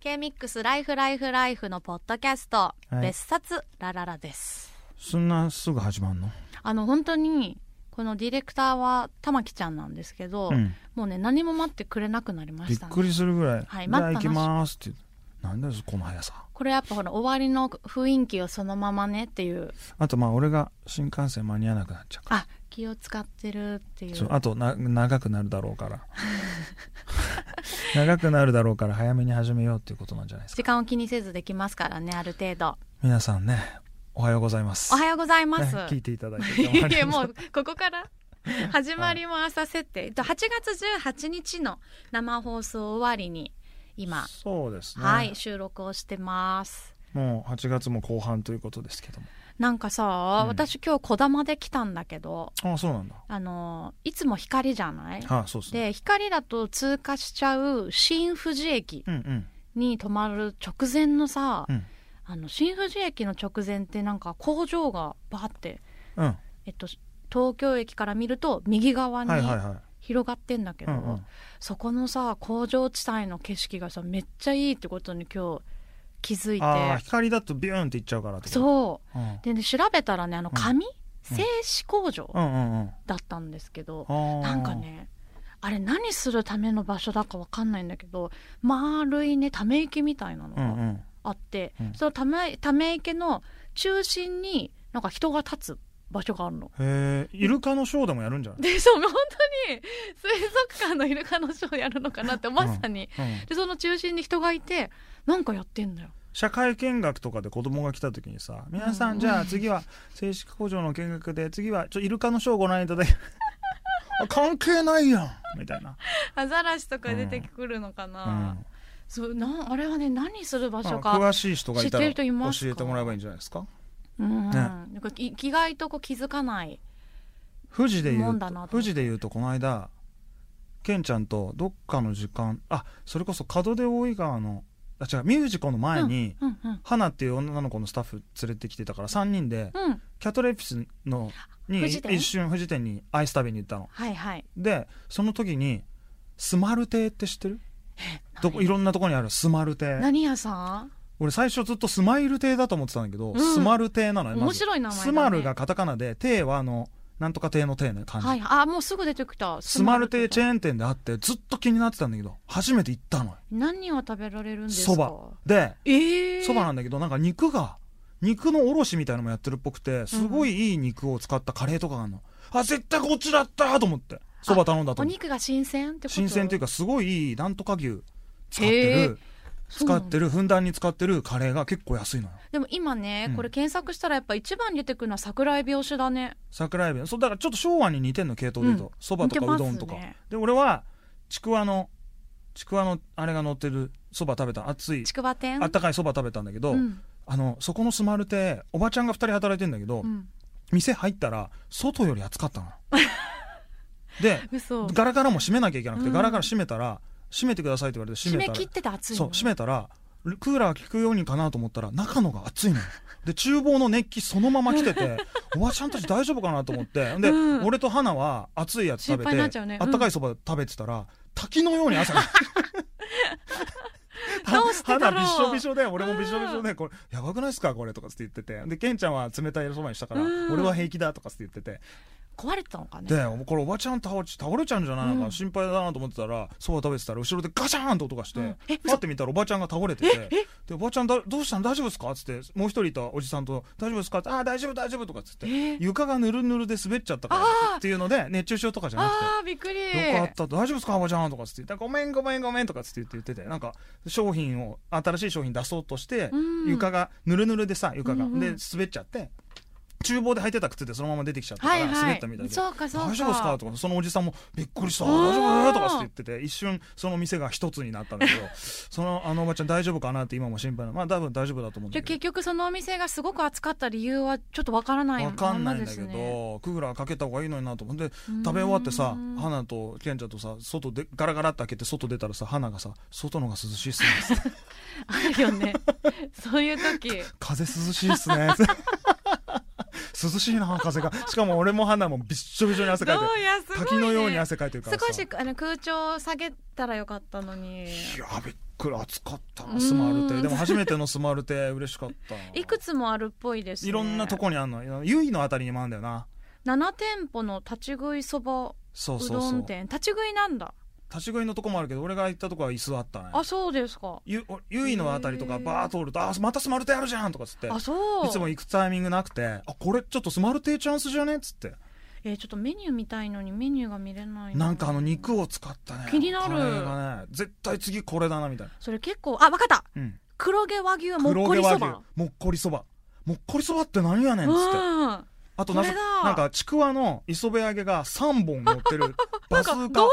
K ミックスライフライフライフのポッドキャスト、はい別冊ラララです。そんなすぐ始まんのあの本当にこのディレクターは玉木ちゃんなんですけど、うんもうね何も待ってくれなくなりまびっした、ね。くりするぐらい、はいじゃあ待行ったなしきますってなんだよこの速さこれやっぱほら終わりの雰囲気をそのままねっていうあとまあ俺が新幹線間に合わなくなっちゃうかあ気を使ってるっていらうそうあとな長くなるだろうから 長くなるだろうから早めに始めようっていうことなんじゃないですか時間を気にせずできますからねある程度皆さんねおはようございますおはようございます、ね聞いていただいてどうもありがとうございいますやもうここから始まりも朝設定、えっと8月18日の生放送終わりに今、そうですね、はい収録をしてますもう8月も後半ということですけどもなんかさ、うん私今日こだまで来たんだけどああそうなんだあのいつも光じゃないはあそうですねで光だと通過しちゃう新富士駅うんうんに止まる直前のさ、うんあの新富士駅の直前ってなんか工場がバーって、うんえっと、東京駅から見ると右側にはいはいはい広がってんだけど、うんうんそこのさ工場地帯の景色がさめっちゃいいってことに今日気づいああて光だとビューンっていっちゃうからってことそうんうでね調べたらねあのうん紙、製紙工場うんうんうんだったんですけど、ななんかねあれ何するための場所だかわかんないんだけど丸いねため池みたいなのうがんうんあって、うんそのためため池の中心になんか人が立つ場所があるの。へえイルカのショーでもやるんじゃないでそう本当に水族館のイルカのショーやるのかなってまさに、うんでその中心に人がいてなんかやってんだよ。社会見学とかで子供が来た時にさ「皆さうんんじゃあ次は製紙工場の見学で次はちょイルカのショーご覧いただきあ関係ないやん」みたいな、アザラシとか出てくるのかな。うんそうなんあれはね何する場所まあか。詳しい人がい知ったてらる人います教かえてもらえばいいんじゃないですかうん、ねなんかい意外とこう気づかない。富士で言もんうだなとと富士で言うとこの間ケンちゃんとどっかの時間あそれこそ門出大井川のあ違うミュージコの前に、うんうん。花っていう女の子のスタッフ連れてきてたから3人でうん、キャトレピスのに富士店一瞬富士店にアイス食べに行ったのはいはい。でその時にスマル亭って知ってるどこいろんなとこにあるスマル亭何屋さん？俺最初ずっとスマイル亭だと思ってたんだけど、うんスマル亭なのよまず面白い名前だねスマルがカタカナで亭はあのなんとか亭の亭ね感じ、はい。あもうすぐ出てきた。スマル亭チン。ェーン店であってずっと気になってたんだけど初めて行ったのよ何を食べられるんですか？そばでええー。そばなんだけどなんか肉が肉のおろしみたいなのもやってるっぽくてすごいいい肉を使ったカレーとかがあるの、あ絶対こっちだったと思ってそば頼んだとお思って肉が新鮮ってこと。新鮮というかかすごいいいなんとか牛使っへてえる使ってるふんだんに使ってるカレーが結構安いのよでも今ね、うんこれ検索したらやっぱ一番に出てくるのは桜えび推しだね。桜えびそうだからちょっと昭和に似てんの系統で言ううんとそば、蕎麦とかうどんとか、似てますねで俺はちくわのちくわのあれが乗ってるそば食べた熱いちくわ店。あったかいそば食べたんだけど、うん。あのそこのスマルテおばちゃんが2人働いてんだけど、うん。店入ったら外より暑かったので嘘。ガラガラも閉めなきゃいけなくて、うんガラガラ閉めたら閉めてくださいって言われて閉締めめたら切ってて熱いの。そう閉めたらルクーラー効くようにかなと思ったら中のが暑いの よで厨房の熱気そのまま来てておばちゃんたち大丈夫かなと思ってで、うん俺と花は熱いやつ食心べ、配になってちゃうねうあんったかいそば食べてたら滝のように 汗がどうしてだろう花びしょびしょで俺もびしょびしょでこれやばくないっすかこれとかつって言っててでケンちゃんは冷たいそばにしたから、うん俺は平気だとかつって言ってて壊れてたのかね。でこれおばちゃん倒れ倒れちゃうんじゃないのうかん心配だなと思ってたらそば食べてたら後ろでガシャーンと音がしてうんえ嘘パって見たらおばちゃんが倒れててでおばちゃんだどうしたの大丈夫ですかっつってもう一人いたおじさんと大丈夫ですかってああ大丈夫大丈夫とかっつってえー床がぬるぬるで滑っちゃったからあーっていうので熱中症とかじゃなくて。ああーびっくり。よかった大丈夫ですかおばちゃんとかっつって言ってごめんごめんごめんとかっつって言って言っててなんか商品を新しい商品出そうとしてうん床がぬるぬるでさ床がうんうんで滑っちゃって厨房で履いてた靴でそのまま出てきちゃったかはいらはい。滑ったみたいでそうかそうか。大丈夫ですかとかそのおじさんもびっくりしたうん大丈夫とかって言ってて一瞬その店が一つになったんだ けどそのあのおばちゃん大丈夫かなって今も心配なまあ多分大丈夫だと思うんじゃだあけ結ど局そのお店がすごく暑かった理由はちょっとわからないわかんないんだけまど、まですねクーラーかけた方がいいのになと思ってうん食べ終わってさ花とケンちゃんとさ外でガラガラって開けて外出たらさ花がさ外のが涼しいっすね あるよ ねそういう時風涼しいっすね 涼しいな風がしかも俺も花もびっしょびしょに汗どかういてるやすごい、ね、滝のように汗かいてるからさ少しあの空調を下げたらよかったのにいやべっくら暑かったなスマルうテんでも初めてのスマルテ嬉しかったいくつもあるっぽいです、ね、いろんなとこにあるのゆいのあたりにもあるんだよな7店舗の立ち食いそばそううそうどそうん立店立ち食いなんだち食いのとこもあるけど俺が行ったとこは椅子あったねあそうですかゆゆいのあたりとかバーッとおると「あまたスマルテあるじゃん」とかつってあそういつも行くタイミングなくて「あこれちょっとスマルテチャンスじゃね?」っつってえーちょっとメニュー見たいのにメニューが見れないなんかあの肉を使ったね気になるカレーがね絶対次これだなみたいな、それ結構あわかったうん、黒毛和牛もっ黒こ毛り和そ牛ばもっこりそばもっこりそばって何やねんっつってうんあとなぜこれだなんかちくわの磯辺揚げが3本乗ってる なんバズか動画にーなカっ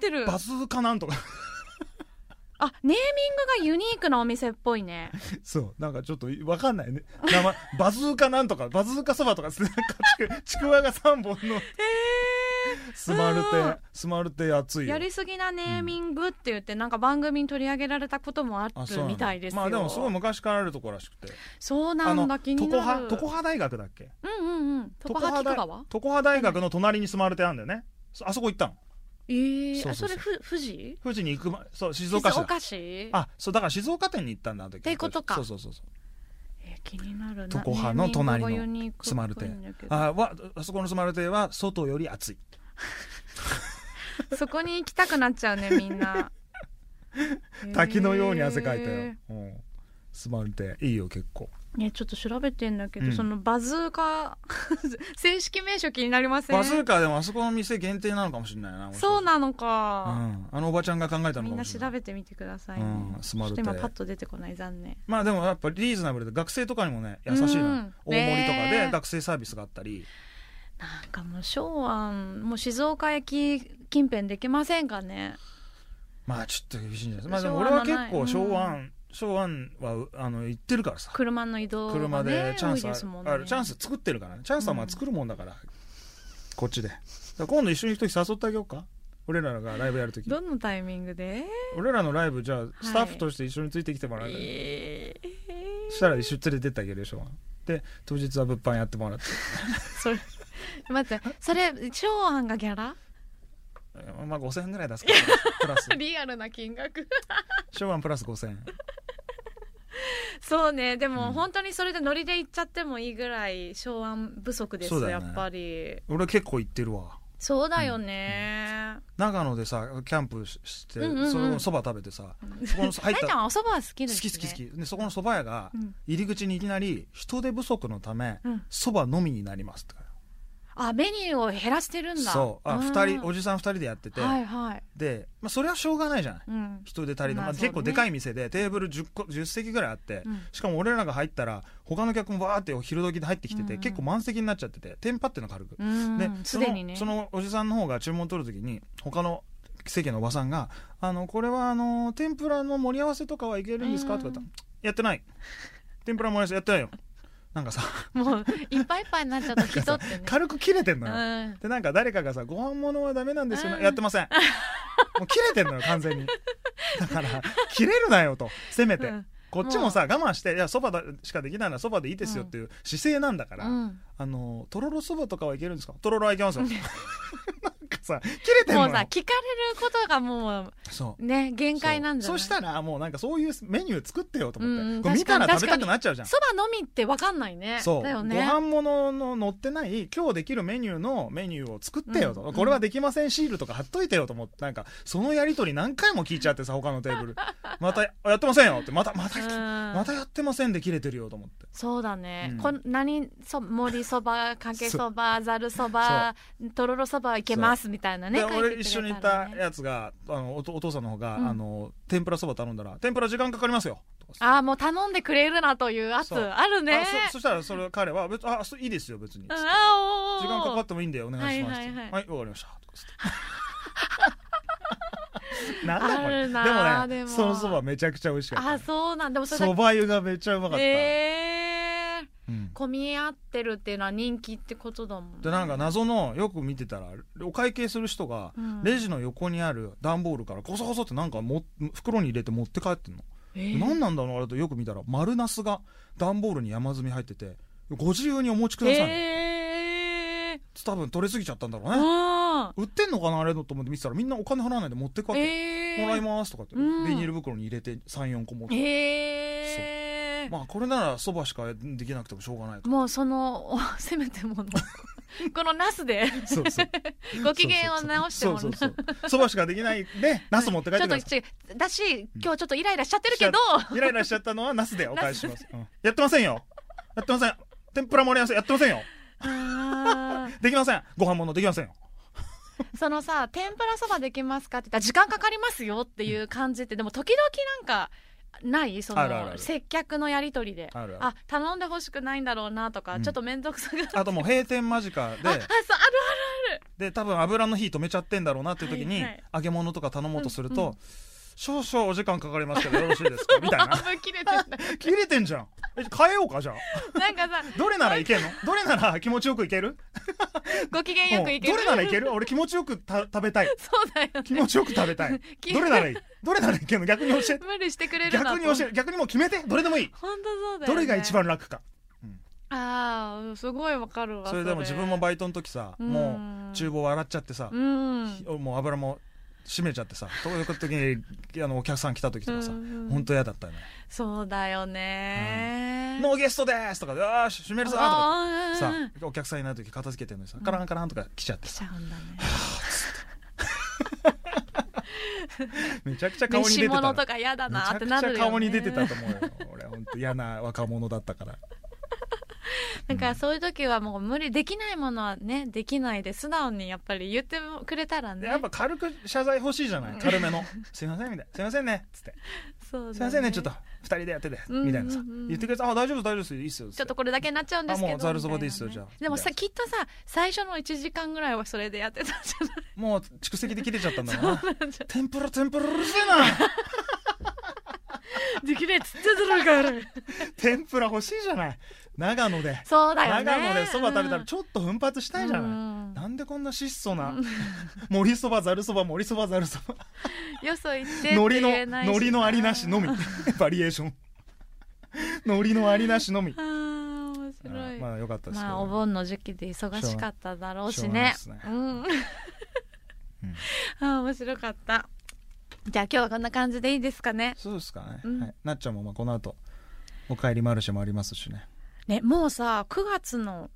てるバズーカなんとか あネーミングがユニークなお店っぽいねそうなんかちょっとわかんないね名前バズーカなんとかバズーカそばとかですねなんかちくちくわが3本のスマルうんテスマルテ熱いよやりすぎなネーミングって言ってなんか番組に取り上げられたこともあるあそうなのみたいですよまあでもすごい昔からあるとこらしくてそうなあんのだ気常にな葉る常葉大学だっけうんうんうん常葉大菊川常葉大学の隣に住まれてあるんだよねそあそこ行ったのえー、そうあそそうそれうふ富士富士に行く、ま、そう静静岡市だ岡市あそうだから静岡店に行ったんだあの時ってことかそうそうそうそうえー気になる常葉の隣のススマルテあわあそこのスマルテは外より暑いそこに行きたくなっちゃうねみんな 滝のように汗かいたよ、えうん、スマルテいいよ結構ーねちょっと調べてんだけど、うんそのバズーカ 正式名称気になりませんバズーカでもあそこの店限定なのかもしれないなそううなのうか、ん、あのおばちゃんが考みえたのかんもなしれ調ないべてみてくださいね、うんスマルテちょっと今パッと出てこない残念まあでもやっぱリーズナブルで学生とかにもね優しいのよ、うん大盛りとかねでえ学生サービスがあったり、なんかもう昭和もう静岡駅近辺できませんかねまあちょっと厳しいんじゃないですかまあでも昭和俺のは結構ない昭和、昭和はうあの行ってるからさ車の移動が、ね、車でチャンス多いあでする,、もんねチャンス作ってるからねチャンスはまあ作るもんだから、こっちでだから今度一緒に一人誘ってあげようか俺らがライブやるときどのタイミングで、俺らのライブじゃあスタッフとして一緒についてきてもらう、えーしたら一緒に連れてってあげるでしょで当日は物販やってもらってそれ待ってそれ長安がギャラ まあ5000円ぐらい出すからプラスリアルな金額昭和プラス5000円そうねでも、うん本当にそれでノリで行っちゃってもいいぐらい長安不足です、そうだやよねっぱり俺結構行ってるわそうだよね、長野でさキャンプしして、うんうんうんそのそば食べてさそこの入大っちゃたんはおそばは好き好です、ね、き好き好きでそこの蕎麦屋がうん入り口にいきなり人手不足のためうん蕎麦のみになりますってあメニューを減らしてるんだそうあん二人おじさん2人でやってて、はいはい、で、まあ、それはしょうがないじゃないうん、人手足りない、ままああ結そ構うねでかい店でテーブル 10, 個10席ぐらいあって、うんしかも俺らが入ったら他の客もわーってお昼時で入ってきてて、うんうん結構満席になっちゃっててテンパってんの軽く、うんですでにねそのそのおじさんの方が注文取るときに他の席のおばさんが「あのこれはあの天ぷらの盛り合わせとかはいけるんですか?」とか言ったうら「やってない天ぷらの盛り合わせやってないよ」なん かさもういっぱいいっぱいになっちゃった人って ね軽く切れてんのよ、うんでなんか誰かがさ「ご飯物はダメなんですよ、うね」んやって ませんもう切れてんのよ完全にだから切れるなよとせめて、うんこっちもさ我慢して「いやそばだしかできないならそばでいいですよ」っていう姿勢なんだから、うんあのとろろそばとかはいけるんですかとろろはいけますよ なんかさ切れてんのもようさ聞かれることがもうそうね限界なんじゃそうないそしたらもうなんかそういうメニュー作ってよと思って、うんうんこれ見確かたらに食べたくなっちゃうじゃんそばのみってわかんないねそうだよねご飯物の載ってない今日できるメニューのメニューを作ってよと、うんこれはできませんシールとか貼っといてよと思ってなんかそのやり取り何回も聞いちゃってさ他のテーブル またやってませんよってまたまた、うんまたやってませんで切れてるよと思ってそうだね、うんこん何そ盛りそばかけそばざるそばとろろそばはいけますみたいなねで書いてくれ俺一緒に行ったねやつがあのお父お父さんの方が、うんあの天ぷらそば頼んだら天ぷら時間かかりますよとかさああもう頼んでくれるなという圧そうあるねあそそしたらそれ彼は別あそいいですよ別にうんあ時ーおー間かかってもいいんでお願いしますはいはいはいはいわかりましたとかつっ てなんだこあれるでなーもねでもそのそばめちゃくちゃ美味しかあーっそうなんでもたそそれば湯がめちゃうまかだった、えー、うん混み合ってるっていうのは人気ってことだもんねでなんか謎のよく見てたらお会計する人がうんレジの横にある段ボールからコソコソってなんかも袋に入れて持って帰ってんの、えー何なんだろうあれとよく見たら丸ナスが段ボールに山積み入っててご自由にお持ちください、えー多分取れすぎちゃったんだろうね、うんな売ってんのかなあれのと思って見てたらみんなお金払わないで持ってくわけ、ええもらいますとかって、うんビニール袋に入れて34個持って、ええまあこれならそばしかできなくてもしょうがないかもうそのお せめてもの このナスで らそうそうご機嫌を直してもそうらそうそうそばしかできない ねナス持って帰ってくださいちょっと違うだし今日ちょっとイライラしちゃってるけどイライラしちゃったのはナスでお返しし ます、うんやってませんよやってません天ぷらもありませんやってませんよあーできませんご飯物できませんよそのさ天ぷらそばできますかって言ったら時間かかりますよっていう感じってでも時々なんかないそのあるあるある接客のやり取りであるあるあ頼んでほしくないんだろうなとか、うんちょっと面倒くさくなってあともう閉店間 近ああそうあるでで多分油の火止めちゃってんだろうなっていう時に、はいはい揚げ物とか頼もうとすると、うんう少々お時間かかりますけどよろしいですかみたいある な半分切れてた切れてんじゃんえ変えようかじゃあなんかさどれならいけんのどれなら気持ちよくいけるご機嫌よくいけるうんどれならいける俺気持ちよくた食べたいそうだよね気持ちよく食べ たい気どれならいいどれならいけんの逆に教えて無理してくれるな逆に教えて逆にもう決めてどれでもいい、本当そうだよ、ね、どれが一番楽かああすごいわかるわそれでも自分もバイトの時さもう厨房房笑っちゃってさう、んもう油も閉めちゃってさという時にあのお客さん来た時とかさ、うんうん本当嫌だったよねそうだよね「ノーゲストです!」とかで「よーし閉めるぞ!」とかあーさうんお客さんいない時片付けてるのにさカランカランとか来ちゃって来ちゃうんだねめちゃくちゃ顔に出て飯た物のとか嫌だめちなゃってくなちるよ、ゃね、顔に出てたと思うよ俺本当嫌な若者だった からなんかそういう時はもう無理できないものはねできないで素直にやっぱり言ってくれたらでねやっぱ軽く謝罪欲しいじゃない軽めの「すいません」みたいな「すいませんね」っつってそうだ「すいませんねちょっと2人でやってて」みたいなさうんうんうん言ってくれて「あ大丈夫大丈夫ですいいっすよ」ちょっとこれだけになっちゃうんですけどあもうざるそばみたでいないっすよじゃあでもさきっとさ最初の1時間ぐらいはそれでやってたんじゃないもう蓄積で切れちゃったんだろうななんじ ゃ天ぷら天ぷらうるせえなできねえっつってたのから天ぷら欲しいじゃない長野で、 そうだよね長野でそば食べたらちょっと奮発したいじゃない、うんなんでこんな質素な 盛りそばざるそば盛りそばざるそばよそ行ってって海苔の言えないし海苔のありなし のみバリエーション海苔のありなしのみあー面白い、まあよかったですけど、まあお盆の時期で忙しかっただろうしねしょううがん あー面白かったじゃあ今日はこんな感じでいいですかねそうですかね、うんはい、なっちゃんもまあこの後お帰りマルシェもありますしねねもうさ9月の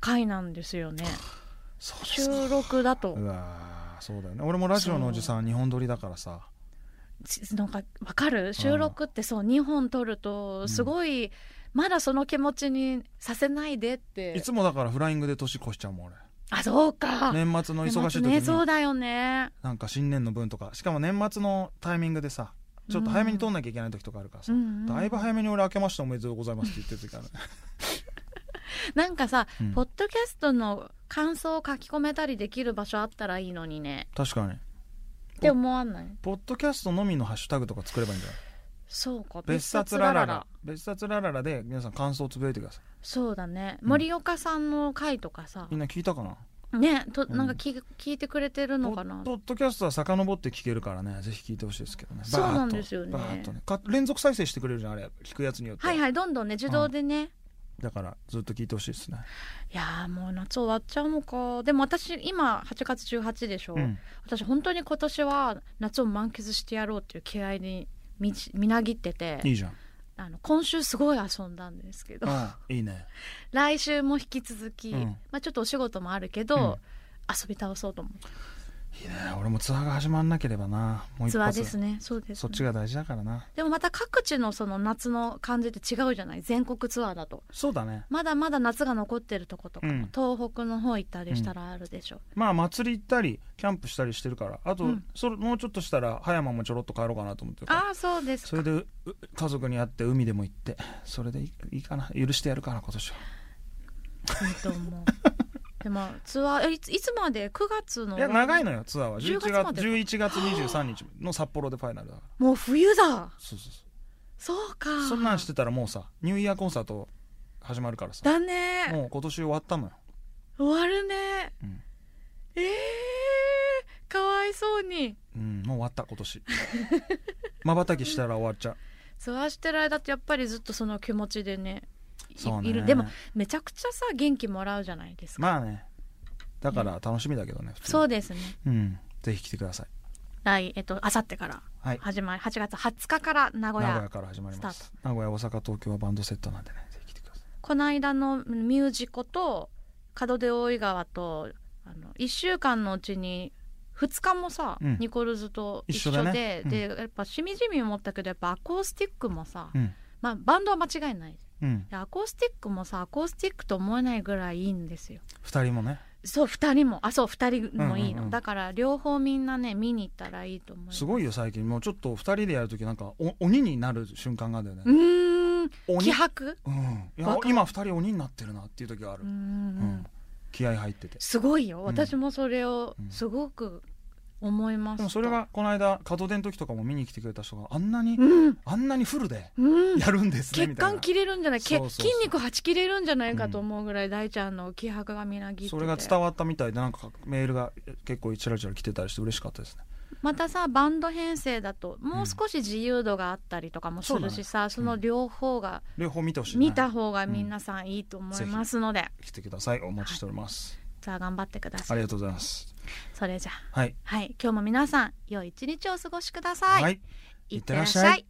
回なんですよねそうですか収録だとうわーそうだよね俺もラジオのおじさん日本撮りだからさちなんかわかる収録ってそう2本撮るとすごい、まだその気持ちにさせないでっていつもだからフライングで年越しちゃうもん俺あそうか、年末の忙しい時ねそうにだよねなんか新年の分とかしかも年末のタイミングでさちょっと早めに撮んなきゃいけない時とかあるからさ、うんうんだいぶ早めに俺明けましておめでとうございますって言ってる時ある、なんかさ、うん ポッドキャストの感想を書き込めたりできる場所あったらいいのにね確かにって思わないポッドキャストのみのハッシュタグとか作ればいいんじゃないそうか別冊ラララ別冊ラララで皆さん感想をつぶやいてくださいそうだねうん森岡さんの回とかさみん、な聞いたかなねとうんなんか聞,、聞いてくれてるのポかなッポッドキャストは遡って聞けるからねぜひ聞いてほしいですけどねそうなんバーッとですよねバーッとねか連続再生してくれるじゃんあれ聞くやつによってははいはいどんどんね自動でね、だからずっと聞いてほしいですねいやーもう夏終わっちゃうのかでも私今8月18でしょ、うん私本当に今年は夏を満喫してやろうっていう気合にみちみなぎってていいじゃんあの今週すごい遊んだんですけどうんいいね来週も引き続き、うんまあ、ちょっとお仕事もあるけど、うん遊び倒そうと思ういいね俺もツアーが始まんなければなもう一発ツアーですねそうですそね、っちが大事だからなでもまた各地のその夏の感じって違うじゃない全国ツアーだとそうだねまだまだ夏が残ってるとことかも、うん東北の方行ったりしたらあるでしょ、まあ祭り行ったりキャンプしたりしてるからあと、うんそれもうちょっとしたら葉山もちょろっと帰ろうかなと思ってるからああそうですかそれでうう家族に会って海でも行ってそれでいいいいかな許してやるかな今年はいいと思う でもツアーえいついつまで9月のいや長いののよツアーは10月11月までか11月23日の札幌でファイナルだからもう冬だそうそうそそうかうそんなんしてたらもうさニューイヤーコンサート始まるからさだねもう今年終わったのよ終わるね、うんええー、かわいそうにうんもう終わった今年 まばたきしたら終わっちゃうツアーしてる間ってやっぱりずっとその気持ちでねいそうねいるでもめちゃくちゃさ元気もらうじゃないですか、まあねだから楽しみだけどね普通にそうですねうんぜひ来てください来えっとあさってからはい始まり8月20日から名古名屋古屋から始まります名古屋大阪東京はバンドセットなんでねぜひ来てくださいこの間のミュージコと門出大井川とあの1週間のうちに2日もさ、うんニコルズと一緒一緒だでね、うんでやっぱしみじみ思ったけどやっぱアコースティックもさ、うんまあ、バンドは間違いないうんでアコースティックもさアコースティックと思えないぐらいいいんですよ二人もねそう2人もあそう2人もいいの、うんうんうんだから両方みんなね見に行ったらいいと思いますごいよ最近もうちょっと二人でやるときなんかお鬼になる瞬間があるんだようねーん鬼気迫うんいやわかる今二人鬼になってるなっていう時があうるーんうん気合入っててすごいよん私もそれをうんすごく思いました、でもそれがこの間門出の時とかも見に来てくれた人があんなにうん、あんなにフルでうん、やるんですね血みたい管な切れるんじゃないけそうそうそう筋肉はち切れるんじゃないかと思うぐらい大ちゃんの気迫がみなぎっててそれが伝わったみたいでなんかメールが結構ちらちら来てたりして嬉しかったですねまたさバンド編成だともう少し自由度があったりとかもするしさ、そそうだねの両方が両方見てほしいな見た方が皆さんいいと思いますので、来てくださいお待ちしております、じゃあ頑張ってくだあさいりがとうございますそれじゃあはいはい今日も皆さん良い一日をお過ごしください、はいいってらっしゃい